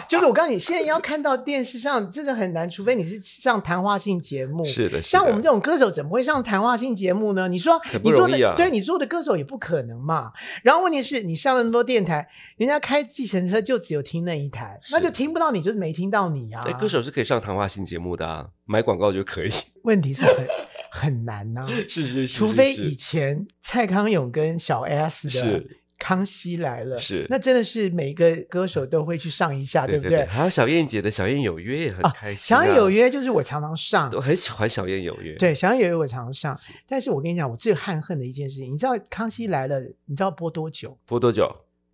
Speaker 2: 就是我告诉你，现在要看到电视上真的很难，除非你是上谈话性节目。
Speaker 1: 是的，是的
Speaker 2: 像我们这种歌手怎么会上谈话性节目呢？你说
Speaker 1: 很不
Speaker 2: 你做
Speaker 1: 容易
Speaker 2: 的
Speaker 1: 啊
Speaker 2: 对你做的歌手也不可能嘛。然后问题是你上了那么多电台，人家开计程车就只有听那一台，
Speaker 1: 是
Speaker 2: 那就听不到你，就是没听到你啊。
Speaker 1: 哎，歌手是可以上谈话性节目的、啊，买广告就可以。
Speaker 2: 问题是很很难呐、
Speaker 1: 是是是，
Speaker 2: 除非
Speaker 1: 是
Speaker 2: 以前蔡康永跟小 S 的
Speaker 1: 是
Speaker 2: 康熙来了，
Speaker 1: 是
Speaker 2: 那真的是每个歌手都会去上一下，
Speaker 1: 对
Speaker 2: 不哦
Speaker 1: 对对，？还有小燕姐的《小燕有约》也很开心、啊
Speaker 2: 小燕有，约就是我常常上
Speaker 1: 我，很喜欢小燕有约。
Speaker 2: 对，小燕有约我常上。但是我跟你讲，我最憾恨的一件事情，你知道康熙来了，你知道播多久？
Speaker 1: 播多久？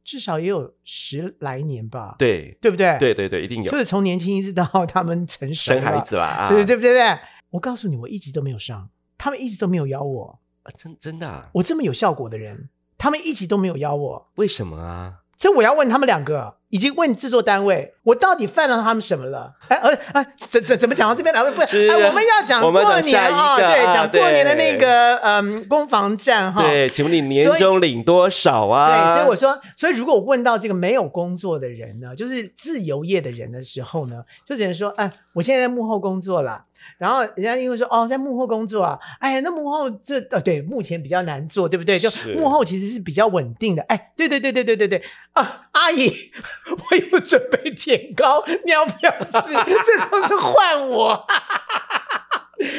Speaker 2: 至少也有十来年吧，
Speaker 1: 对
Speaker 2: 对不对？
Speaker 1: 对对对，一定有
Speaker 2: 就是从年轻一直到他们成熟
Speaker 1: 生孩
Speaker 2: 了，
Speaker 1: 子啦、啊，
Speaker 2: 对对对不对？我告诉你，我一集都没有上，他们一直都没有邀我。
Speaker 1: 啊真真的、啊？
Speaker 2: 我这么有效果的人，他们一集都没有邀我，
Speaker 1: 为什么啊？
Speaker 2: 这我要问他们两个，以及问制作单位，我到底犯了他们什么了？哎，呃啊，怎怎怎么讲到这边来？不
Speaker 1: 是
Speaker 2: 哎，我们要讲
Speaker 1: 我们
Speaker 2: 过
Speaker 1: 讲
Speaker 2: 年
Speaker 1: 下一
Speaker 2: 啊、
Speaker 1: 个
Speaker 2: 对，
Speaker 1: 啊
Speaker 2: 讲过年的
Speaker 1: 对
Speaker 2: 那个嗯攻防战哈。
Speaker 1: 对，请问你年
Speaker 2: 所以
Speaker 1: 终领多少啊？
Speaker 2: 对，所以我说，所以如果我问到这个没有工作的人呢，就是自由业的人的时候呢，就只能说，哎，我现在在幕后工作啦。然后人家因为说，哦，在幕后工作啊，哎，那幕后这呃，对，目前比较难做，对不对？就是幕后其实是比较稳定的。哎，对对对对对对对啊，阿姨， 我有准备甜糕，你要不要吃？这就是换我。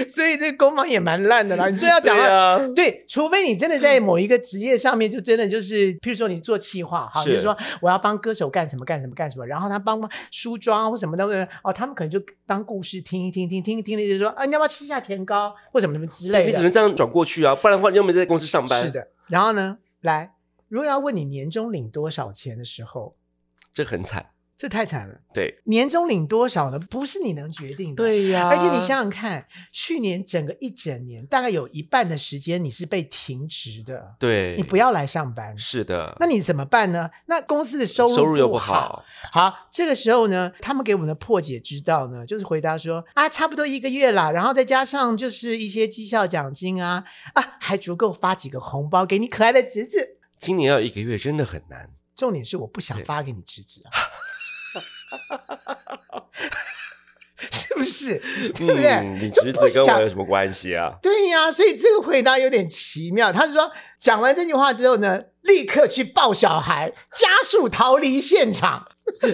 Speaker 2: 所以这工坊也蛮烂的啦，你这要讲
Speaker 1: 对
Speaker 2: 到
Speaker 1: 啊，
Speaker 2: 对，除非你真的在某一个职业上面，就真的就是，譬如说你做企划，哈，
Speaker 1: 是
Speaker 2: 就是说我要帮歌手干什么干什么干什么，然后他帮忙梳妆啊或什么的，哦，他们可能就当故事听一听，听听一听，就说啊，你要不要吃一下甜糕或什么什么之类
Speaker 1: 你只
Speaker 2: 的。
Speaker 1: 能这样转过去啊，不然的话你又没在公司上班。
Speaker 2: 是，的，然后呢，来，如果要问你年终领多少钱的时候，
Speaker 1: 这很惨。
Speaker 2: 这太惨了。
Speaker 1: 对
Speaker 2: 年终领多少呢？不是你能决定的。。
Speaker 1: 对呀、
Speaker 2: 而且你想想看，去年整个一整年，大概有一半的时间你是被停职的，
Speaker 1: 对，
Speaker 2: 你不要来上班，
Speaker 1: 是的，
Speaker 2: 那你怎么办呢？那公司的收入
Speaker 1: 收入又不
Speaker 2: 好，
Speaker 1: 好，
Speaker 2: 好，这个时候呢，他们给我们的破解之道呢，就是回答说啊，差不多一个月啦，然后再加上就是一些绩效奖金啊，啊，还足够发几个红包给你可爱的侄子。
Speaker 1: 今年要一个月真的很 难。
Speaker 2: 重点是我不想
Speaker 1: 对
Speaker 2: 发给你侄子啊， 是不是？ 对不对？
Speaker 1: 嗯、你侄子跟我有什么关系啊？
Speaker 2: 对呀、所以这个回答有点奇妙。他说讲完这句话之后呢，立刻去抱小孩，加速逃离现场。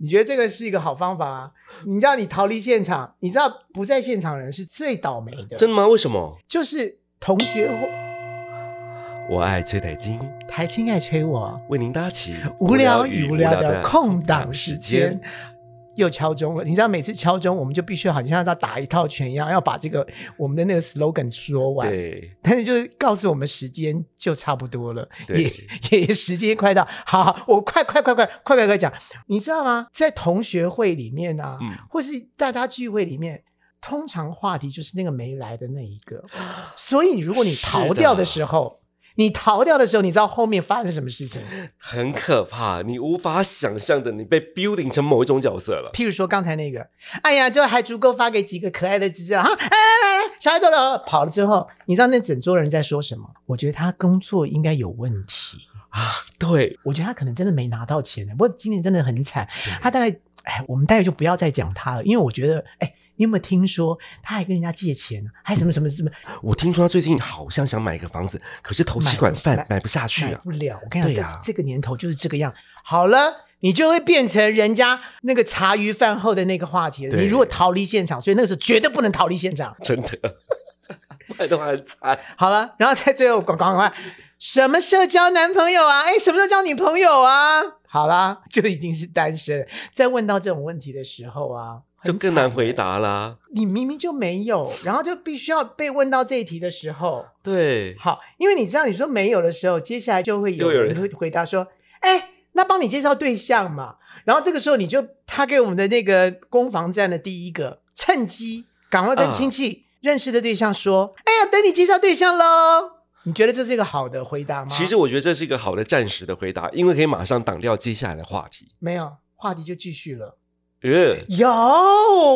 Speaker 2: 你觉得这个是一个好方法吗？你知道你逃离现场，你知道不在现场的人是最倒霉的，
Speaker 1: 真的吗？为什么？
Speaker 2: 就是同学或
Speaker 1: 我爱崔台金，
Speaker 2: 台青爱催我，
Speaker 1: 为您搭起
Speaker 2: 无聊与无聊的空档时
Speaker 1: 空
Speaker 2: 间
Speaker 1: 档时。
Speaker 2: 又敲钟了，你知道每次敲钟，我们就必须好像要打一套拳一样，要把这个我们的那个 slogan 说完。
Speaker 1: 对，
Speaker 2: 但是就是告诉我们时间就差不多了，
Speaker 1: 对
Speaker 2: 也也时间快到，好好，我快快快快快快快讲，你知道吗？在同学会里面啊，
Speaker 1: 嗯
Speaker 2: 或是大家聚会里面，通常话题就是那个没来的那一 个，所以如果你逃掉的时候，你逃掉的时候，你知道后面发生什么事情？
Speaker 1: 很可怕，你无法想象的，你被 building 成某一种角色了。
Speaker 2: 譬如说刚才那个，哎呀，就还足够发给几个可爱的侄子了哈，哎来来来，小孩走了，跑了之后，你知道那整桌人在说什么？我觉得他工作应该有问题。
Speaker 1: 啊对，
Speaker 2: 我觉得他可能真的没拿到钱，不过今年真的很惨。他大概，哎，我们待会就不要再讲他了，因为我觉得，哎，你有没有听说他还跟人家借钱呢、还什么什么什 么
Speaker 1: 我听说他最近好像想买一个房子，可是头期款
Speaker 2: 买不
Speaker 1: 办
Speaker 2: 买
Speaker 1: 买不下去
Speaker 2: 买
Speaker 1: 啊。
Speaker 2: 不了？我跟你
Speaker 1: 对
Speaker 2: 讲，
Speaker 1: 啊
Speaker 2: 这这个年头就是这个样。好了。你就会变成人家那个茶余饭后的那个话题了。
Speaker 1: 对
Speaker 2: 你如果逃离现场，所以那个时候绝对不能逃离现场。
Speaker 1: 真的， 不然的话很惨。
Speaker 2: 好了，然后在最后，赶赶快，什么时候交男朋友啊？哎，什么时候交女朋友啊？好啦，就已经是单身了。在问到这种问题的时候啊，
Speaker 1: 就
Speaker 2: 很
Speaker 1: 更
Speaker 2: 惨
Speaker 1: 难回
Speaker 2: 欸。
Speaker 1: 答啦。
Speaker 2: 你明明就没有，然后就必须要被问到这一题的时候，
Speaker 1: 对，
Speaker 2: 好，因为你知道你说没有的时候，接下来就会有
Speaker 1: 又有人
Speaker 2: 人会回答说，哎，那帮你介绍对象嘛。然后这个时候你就他给我们的那个攻防战的第一个趁机，赶快跟
Speaker 1: 啊
Speaker 2: 亲戚认识的对象说，哎呀，等你介绍对象喽。你觉得这是一个好的回答吗？
Speaker 1: 其实我觉得这是一个好的暂时的回答，因为可以马上挡掉接下来的话题。
Speaker 2: 没有，话题就继续了。
Speaker 1: 呃，
Speaker 2: 有，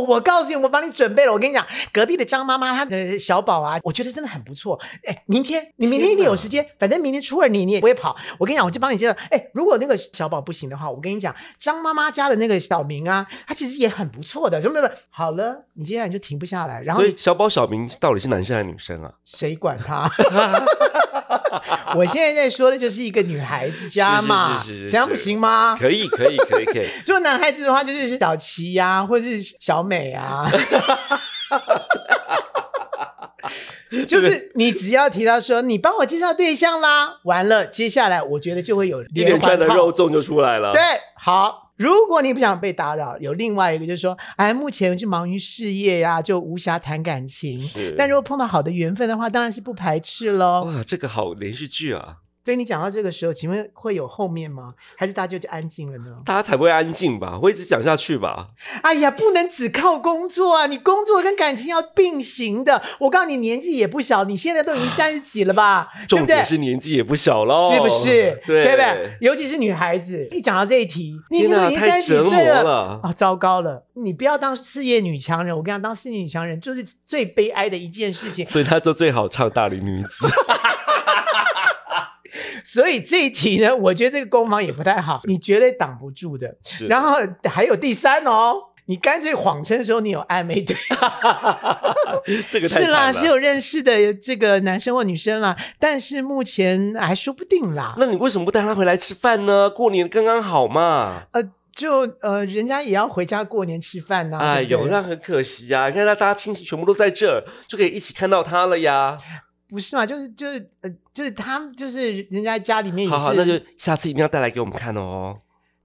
Speaker 2: 我告诉你，我帮你准备了。我跟你讲，隔壁的张妈妈她的小宝啊，我觉得真的很不错。哎，明天你明天一定有时间，反正明天初二你你也不会跑。我跟你讲，我就帮你介绍。哎，如果那个小宝不行的话，我跟你讲，张妈妈家的那个小明啊，他其实也很不错的，什么什么。好了，你接下来你就停不下来，然后
Speaker 1: 所
Speaker 2: 你
Speaker 1: 以小宝、小明到底是男生还是女生啊？
Speaker 2: 谁 管他？我现在在说的就是一个女孩子家嘛，
Speaker 1: 是是是是是
Speaker 2: 怎样不行吗？
Speaker 1: 可以，可以，可以，可以。
Speaker 2: 如果男孩子的话，就是小琪呀、或是小美 啊。就是你只要提到说你帮我介绍对象啦，完了，接下来我觉得就会 有
Speaker 1: 一连串
Speaker 2: 环
Speaker 1: 的
Speaker 2: 套
Speaker 1: 肉啊粽就出来了。
Speaker 2: 对，好。如果你不想被打扰，有另外一个就是说，哎，目前就忙于事业呀、就无暇谈感情。
Speaker 1: 是
Speaker 2: 但如果碰到好的缘分的话，当然是不排斥喽。
Speaker 1: 哇，这个好连续剧啊，
Speaker 2: 所以你讲到这个时候，请问会有后面吗？还是大家就安静了呢？
Speaker 1: 大家才不会安静吧？会一直讲下去吧？
Speaker 2: 哎呀，不能只靠工作啊！你工作跟感情要并行的。我告诉你，年纪也不小，你现在都已经三十几了吧？对
Speaker 1: 啊重
Speaker 2: 不对？
Speaker 1: 点是年纪也不小喽，
Speaker 2: 是不是？
Speaker 1: 对
Speaker 2: 不对？？尤其是女孩子，一讲到这一题，你
Speaker 1: 天
Speaker 2: 都
Speaker 1: 哪，
Speaker 2: 已经
Speaker 1: 太
Speaker 2: 三十
Speaker 1: 折磨
Speaker 2: 几岁了。
Speaker 1: 了。
Speaker 2: 啊、糟糕了！你不要当事业女强人，我跟你讲，当事业女强人就是最悲哀的一件事 情。
Speaker 1: 所以他就最好唱《大龄女子》
Speaker 2: 所以这一题呢，我觉得这个攻防也不太好，你绝对挡不住的。
Speaker 1: 是，
Speaker 2: 然后还有第三哦，你干脆谎称说你有暧昧对象。
Speaker 1: 这个太
Speaker 2: 是
Speaker 1: 惨
Speaker 2: 啦，
Speaker 1: 了
Speaker 2: 是有认识的这个男生或女生啦，但是目前还说不定啦。
Speaker 1: 那你为什么不带他回来吃饭呢？过年刚刚好嘛。
Speaker 2: 呃，就呃，人家也要回家过年吃饭呐、
Speaker 1: 哎
Speaker 2: 啊对不
Speaker 1: 呦，
Speaker 2: 对
Speaker 1: 那很可惜呀、你看他，大家亲戚全部都在这儿，就可以一起看到他了呀。
Speaker 2: 不是嘛？就是就是呃，就是他们就是人家家里面也是，
Speaker 1: 好好，那就下次一定要带来给我们看哦。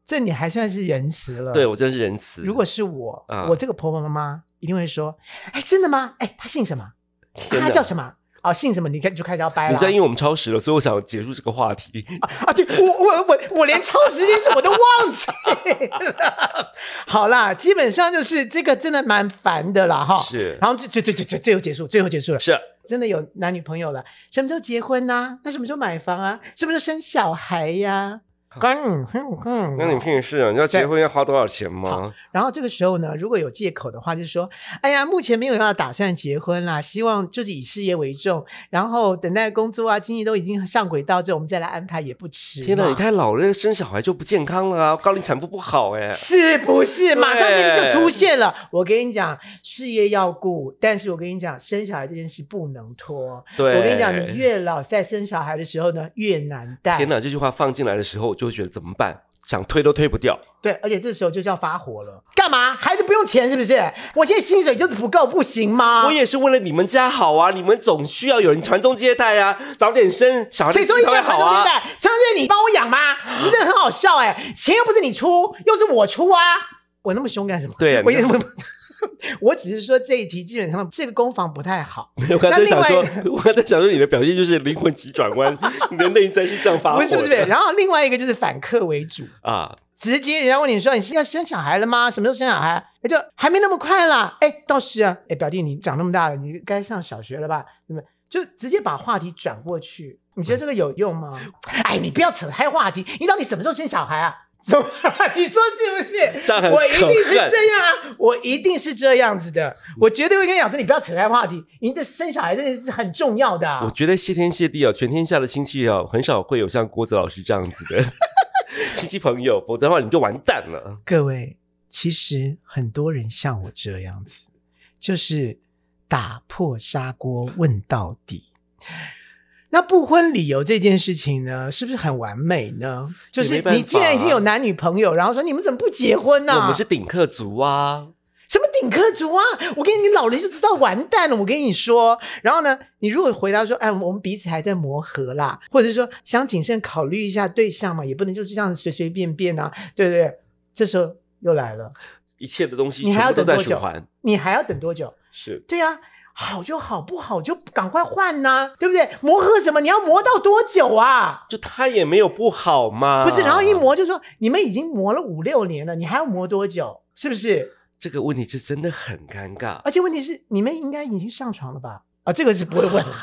Speaker 2: 这你还算是仁慈了。
Speaker 1: 对，我真是仁慈。
Speaker 2: 嗯如果是我，
Speaker 1: 啊
Speaker 2: 我这个婆婆妈妈一定会说，哎，真的吗？哎，他姓什么？
Speaker 1: 天
Speaker 2: 他
Speaker 1: 哪
Speaker 2: 叫什么？哦，姓什么？你看就开始要掰
Speaker 1: 你
Speaker 2: 了
Speaker 1: 知道，因为我们超时了，所以我想结束这个话题。
Speaker 2: 啊！对我我我我连超时这件事我都忘记了。 好啦，基本上就是这个真的蛮烦的啦哈。
Speaker 1: 是
Speaker 2: 哦然后最最最最最最后结束，最后结束了，
Speaker 1: 是，啊
Speaker 2: 真的有男女朋友了，什么时候结婚呐、那什么时候买房啊？什么时候生小孩呀、嗯哼哼
Speaker 1: 那你屁事啊？你要结婚要花多少钱吗？
Speaker 2: 然后这个时候呢，如果有借口的话，就是说，哎呀，目前没有要打算结婚啦，希望就是以事业为重，然后等待工作啊、经济都已经上轨道之后，我们再来安排也不迟嘛。
Speaker 1: 天哪，你太老了，生小孩就不健康了啊！高龄产妇不好哎、
Speaker 2: 是不是？马上这个
Speaker 1: 对
Speaker 2: 就出现了。我跟你讲，事业要顾，但是我跟你讲，生小孩这件事不能拖。
Speaker 1: 对，
Speaker 2: 我跟你讲，你越老在生小孩的时候呢，越难带。
Speaker 1: 天哪，这句话放进来的时候，我就会觉得怎么办？想推都推不掉。
Speaker 2: 对，而且这时候就是要发火了。干嘛？孩子不用钱是不是？我现在薪水就是不够，不行吗？
Speaker 1: 我也是为了你们家好啊，你们总需要有人传宗接代啊，早点生小孩
Speaker 2: 谁
Speaker 1: 才
Speaker 2: 说一定
Speaker 1: 会
Speaker 2: 要传
Speaker 1: 好
Speaker 2: 宗接
Speaker 1: 啊。
Speaker 2: 代？传宗接代你帮我养吗？你真的很好笑哎、钱又不是你出，又是我出啊！我那么凶干什么？
Speaker 1: 对啊
Speaker 2: 我
Speaker 1: 你
Speaker 2: 也 我只是说这一题基本上这个攻防不太好。
Speaker 1: 没有，我刚才在想说
Speaker 2: 那另外，
Speaker 1: 我刚才在想说你的表现就是灵魂急转 弯，你的内在是这样发火
Speaker 2: 不
Speaker 1: 的。
Speaker 2: 是不是不是，然后另外一个就是反客为主，
Speaker 1: 啊，
Speaker 2: 直接人家问你说你是要生小孩了吗？什么时候生小孩？哎，就还没那么快啦。哎，倒是啊，哎，表弟你长那么大了，你该上小学了吧？对不对？就直接把话题转过去，你觉得这个有 用吗？哎，你不要扯开话题，你到底什么时候生小孩啊？怎么？你说是不是？
Speaker 1: 这样很
Speaker 2: 我一定是
Speaker 1: 可恨
Speaker 2: 这样啊！我一定是这样子的，我绝对会跟你讲说，你不要扯开话题，你的生小孩这件事是很重要的、啊。
Speaker 1: 我觉得谢天谢地啊，全天下的亲戚啊，很少会有像郭子老师这样子的 亲戚朋友，否则的话你就完蛋了。
Speaker 2: 各位，其实很多人像我这样子，就是打破砂锅问到底。那不婚理由这件事情呢，是不是很完美呢？就
Speaker 1: 也
Speaker 2: 是
Speaker 1: 没办法啊
Speaker 2: 你既然已经有男女朋友，然后说你们怎么不结婚呢、
Speaker 1: 我们是顶客族啊，
Speaker 2: 什么顶客族啊！我跟你老了就知道完蛋了。我跟你说，然后呢，你如果回答说，哎，我们彼此还在磨合啦，或者说想谨慎考虑一下对象嘛，也不能就是这样随随便便啊，对不对？这时候又来了。
Speaker 1: 一切的东西
Speaker 2: 你还
Speaker 1: 全
Speaker 2: 要
Speaker 1: 部都
Speaker 2: 等
Speaker 1: 在
Speaker 2: 多
Speaker 1: 循
Speaker 2: 久
Speaker 1: 环。？
Speaker 2: 你还要等多久？
Speaker 1: 是，
Speaker 2: 对呀、好就好，不好就赶快换呐、对不对？磨合什么？你要磨到多久啊？
Speaker 1: 就他也没有不好嘛。
Speaker 2: 不是，然后一磨就说你们已经磨了五六年了，你还要磨多久？是不是？
Speaker 1: 这个问题是真的很尴尬。
Speaker 2: 而且问题是，你们应该已经上床了吧？啊，这个是不会问的。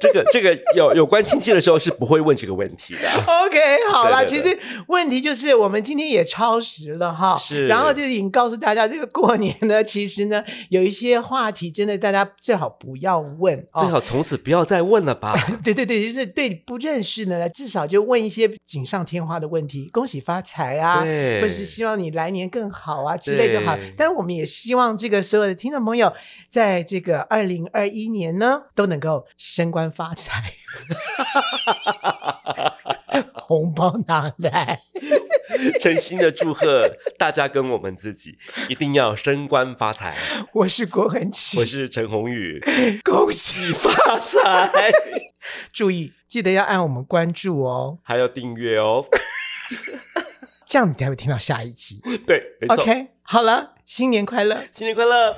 Speaker 1: 这个这个有有关亲戚的时候是不会问这个问题的。
Speaker 2: OK，好啦，
Speaker 1: 对对对
Speaker 2: 其实问题就是我们今天也超时了哈，
Speaker 1: 是
Speaker 2: 然后就是已经告诉大家，这个过年呢，其实呢有一些话题真的大家最好不要问， 哦
Speaker 1: 最好从此不要再问了吧。
Speaker 2: 对对对，就是对不认识的呢，至少就问一些锦上添花的问题，恭喜发财 啊，
Speaker 1: 对
Speaker 2: 或是 希望你来年更好啊之类就好
Speaker 1: 对。
Speaker 2: 但是我们也希望这个所有的听众朋友，在这个二零二一年呢，都能够升官发财， 红包拿来。
Speaker 1: 诚心的祝贺 大家跟我们自己一定要升官发 财。
Speaker 2: 我是郭恒奇，
Speaker 1: 我是陈宏宇，
Speaker 2: 恭喜发财。
Speaker 1: 哎，
Speaker 2: 注意，记得要按我们关注哦，
Speaker 1: 还要订阅哦。
Speaker 2: 这样你才会听到下一集。
Speaker 1: 对，没错。
Speaker 2: OK，好了，新年快乐。
Speaker 1: 新年快乐！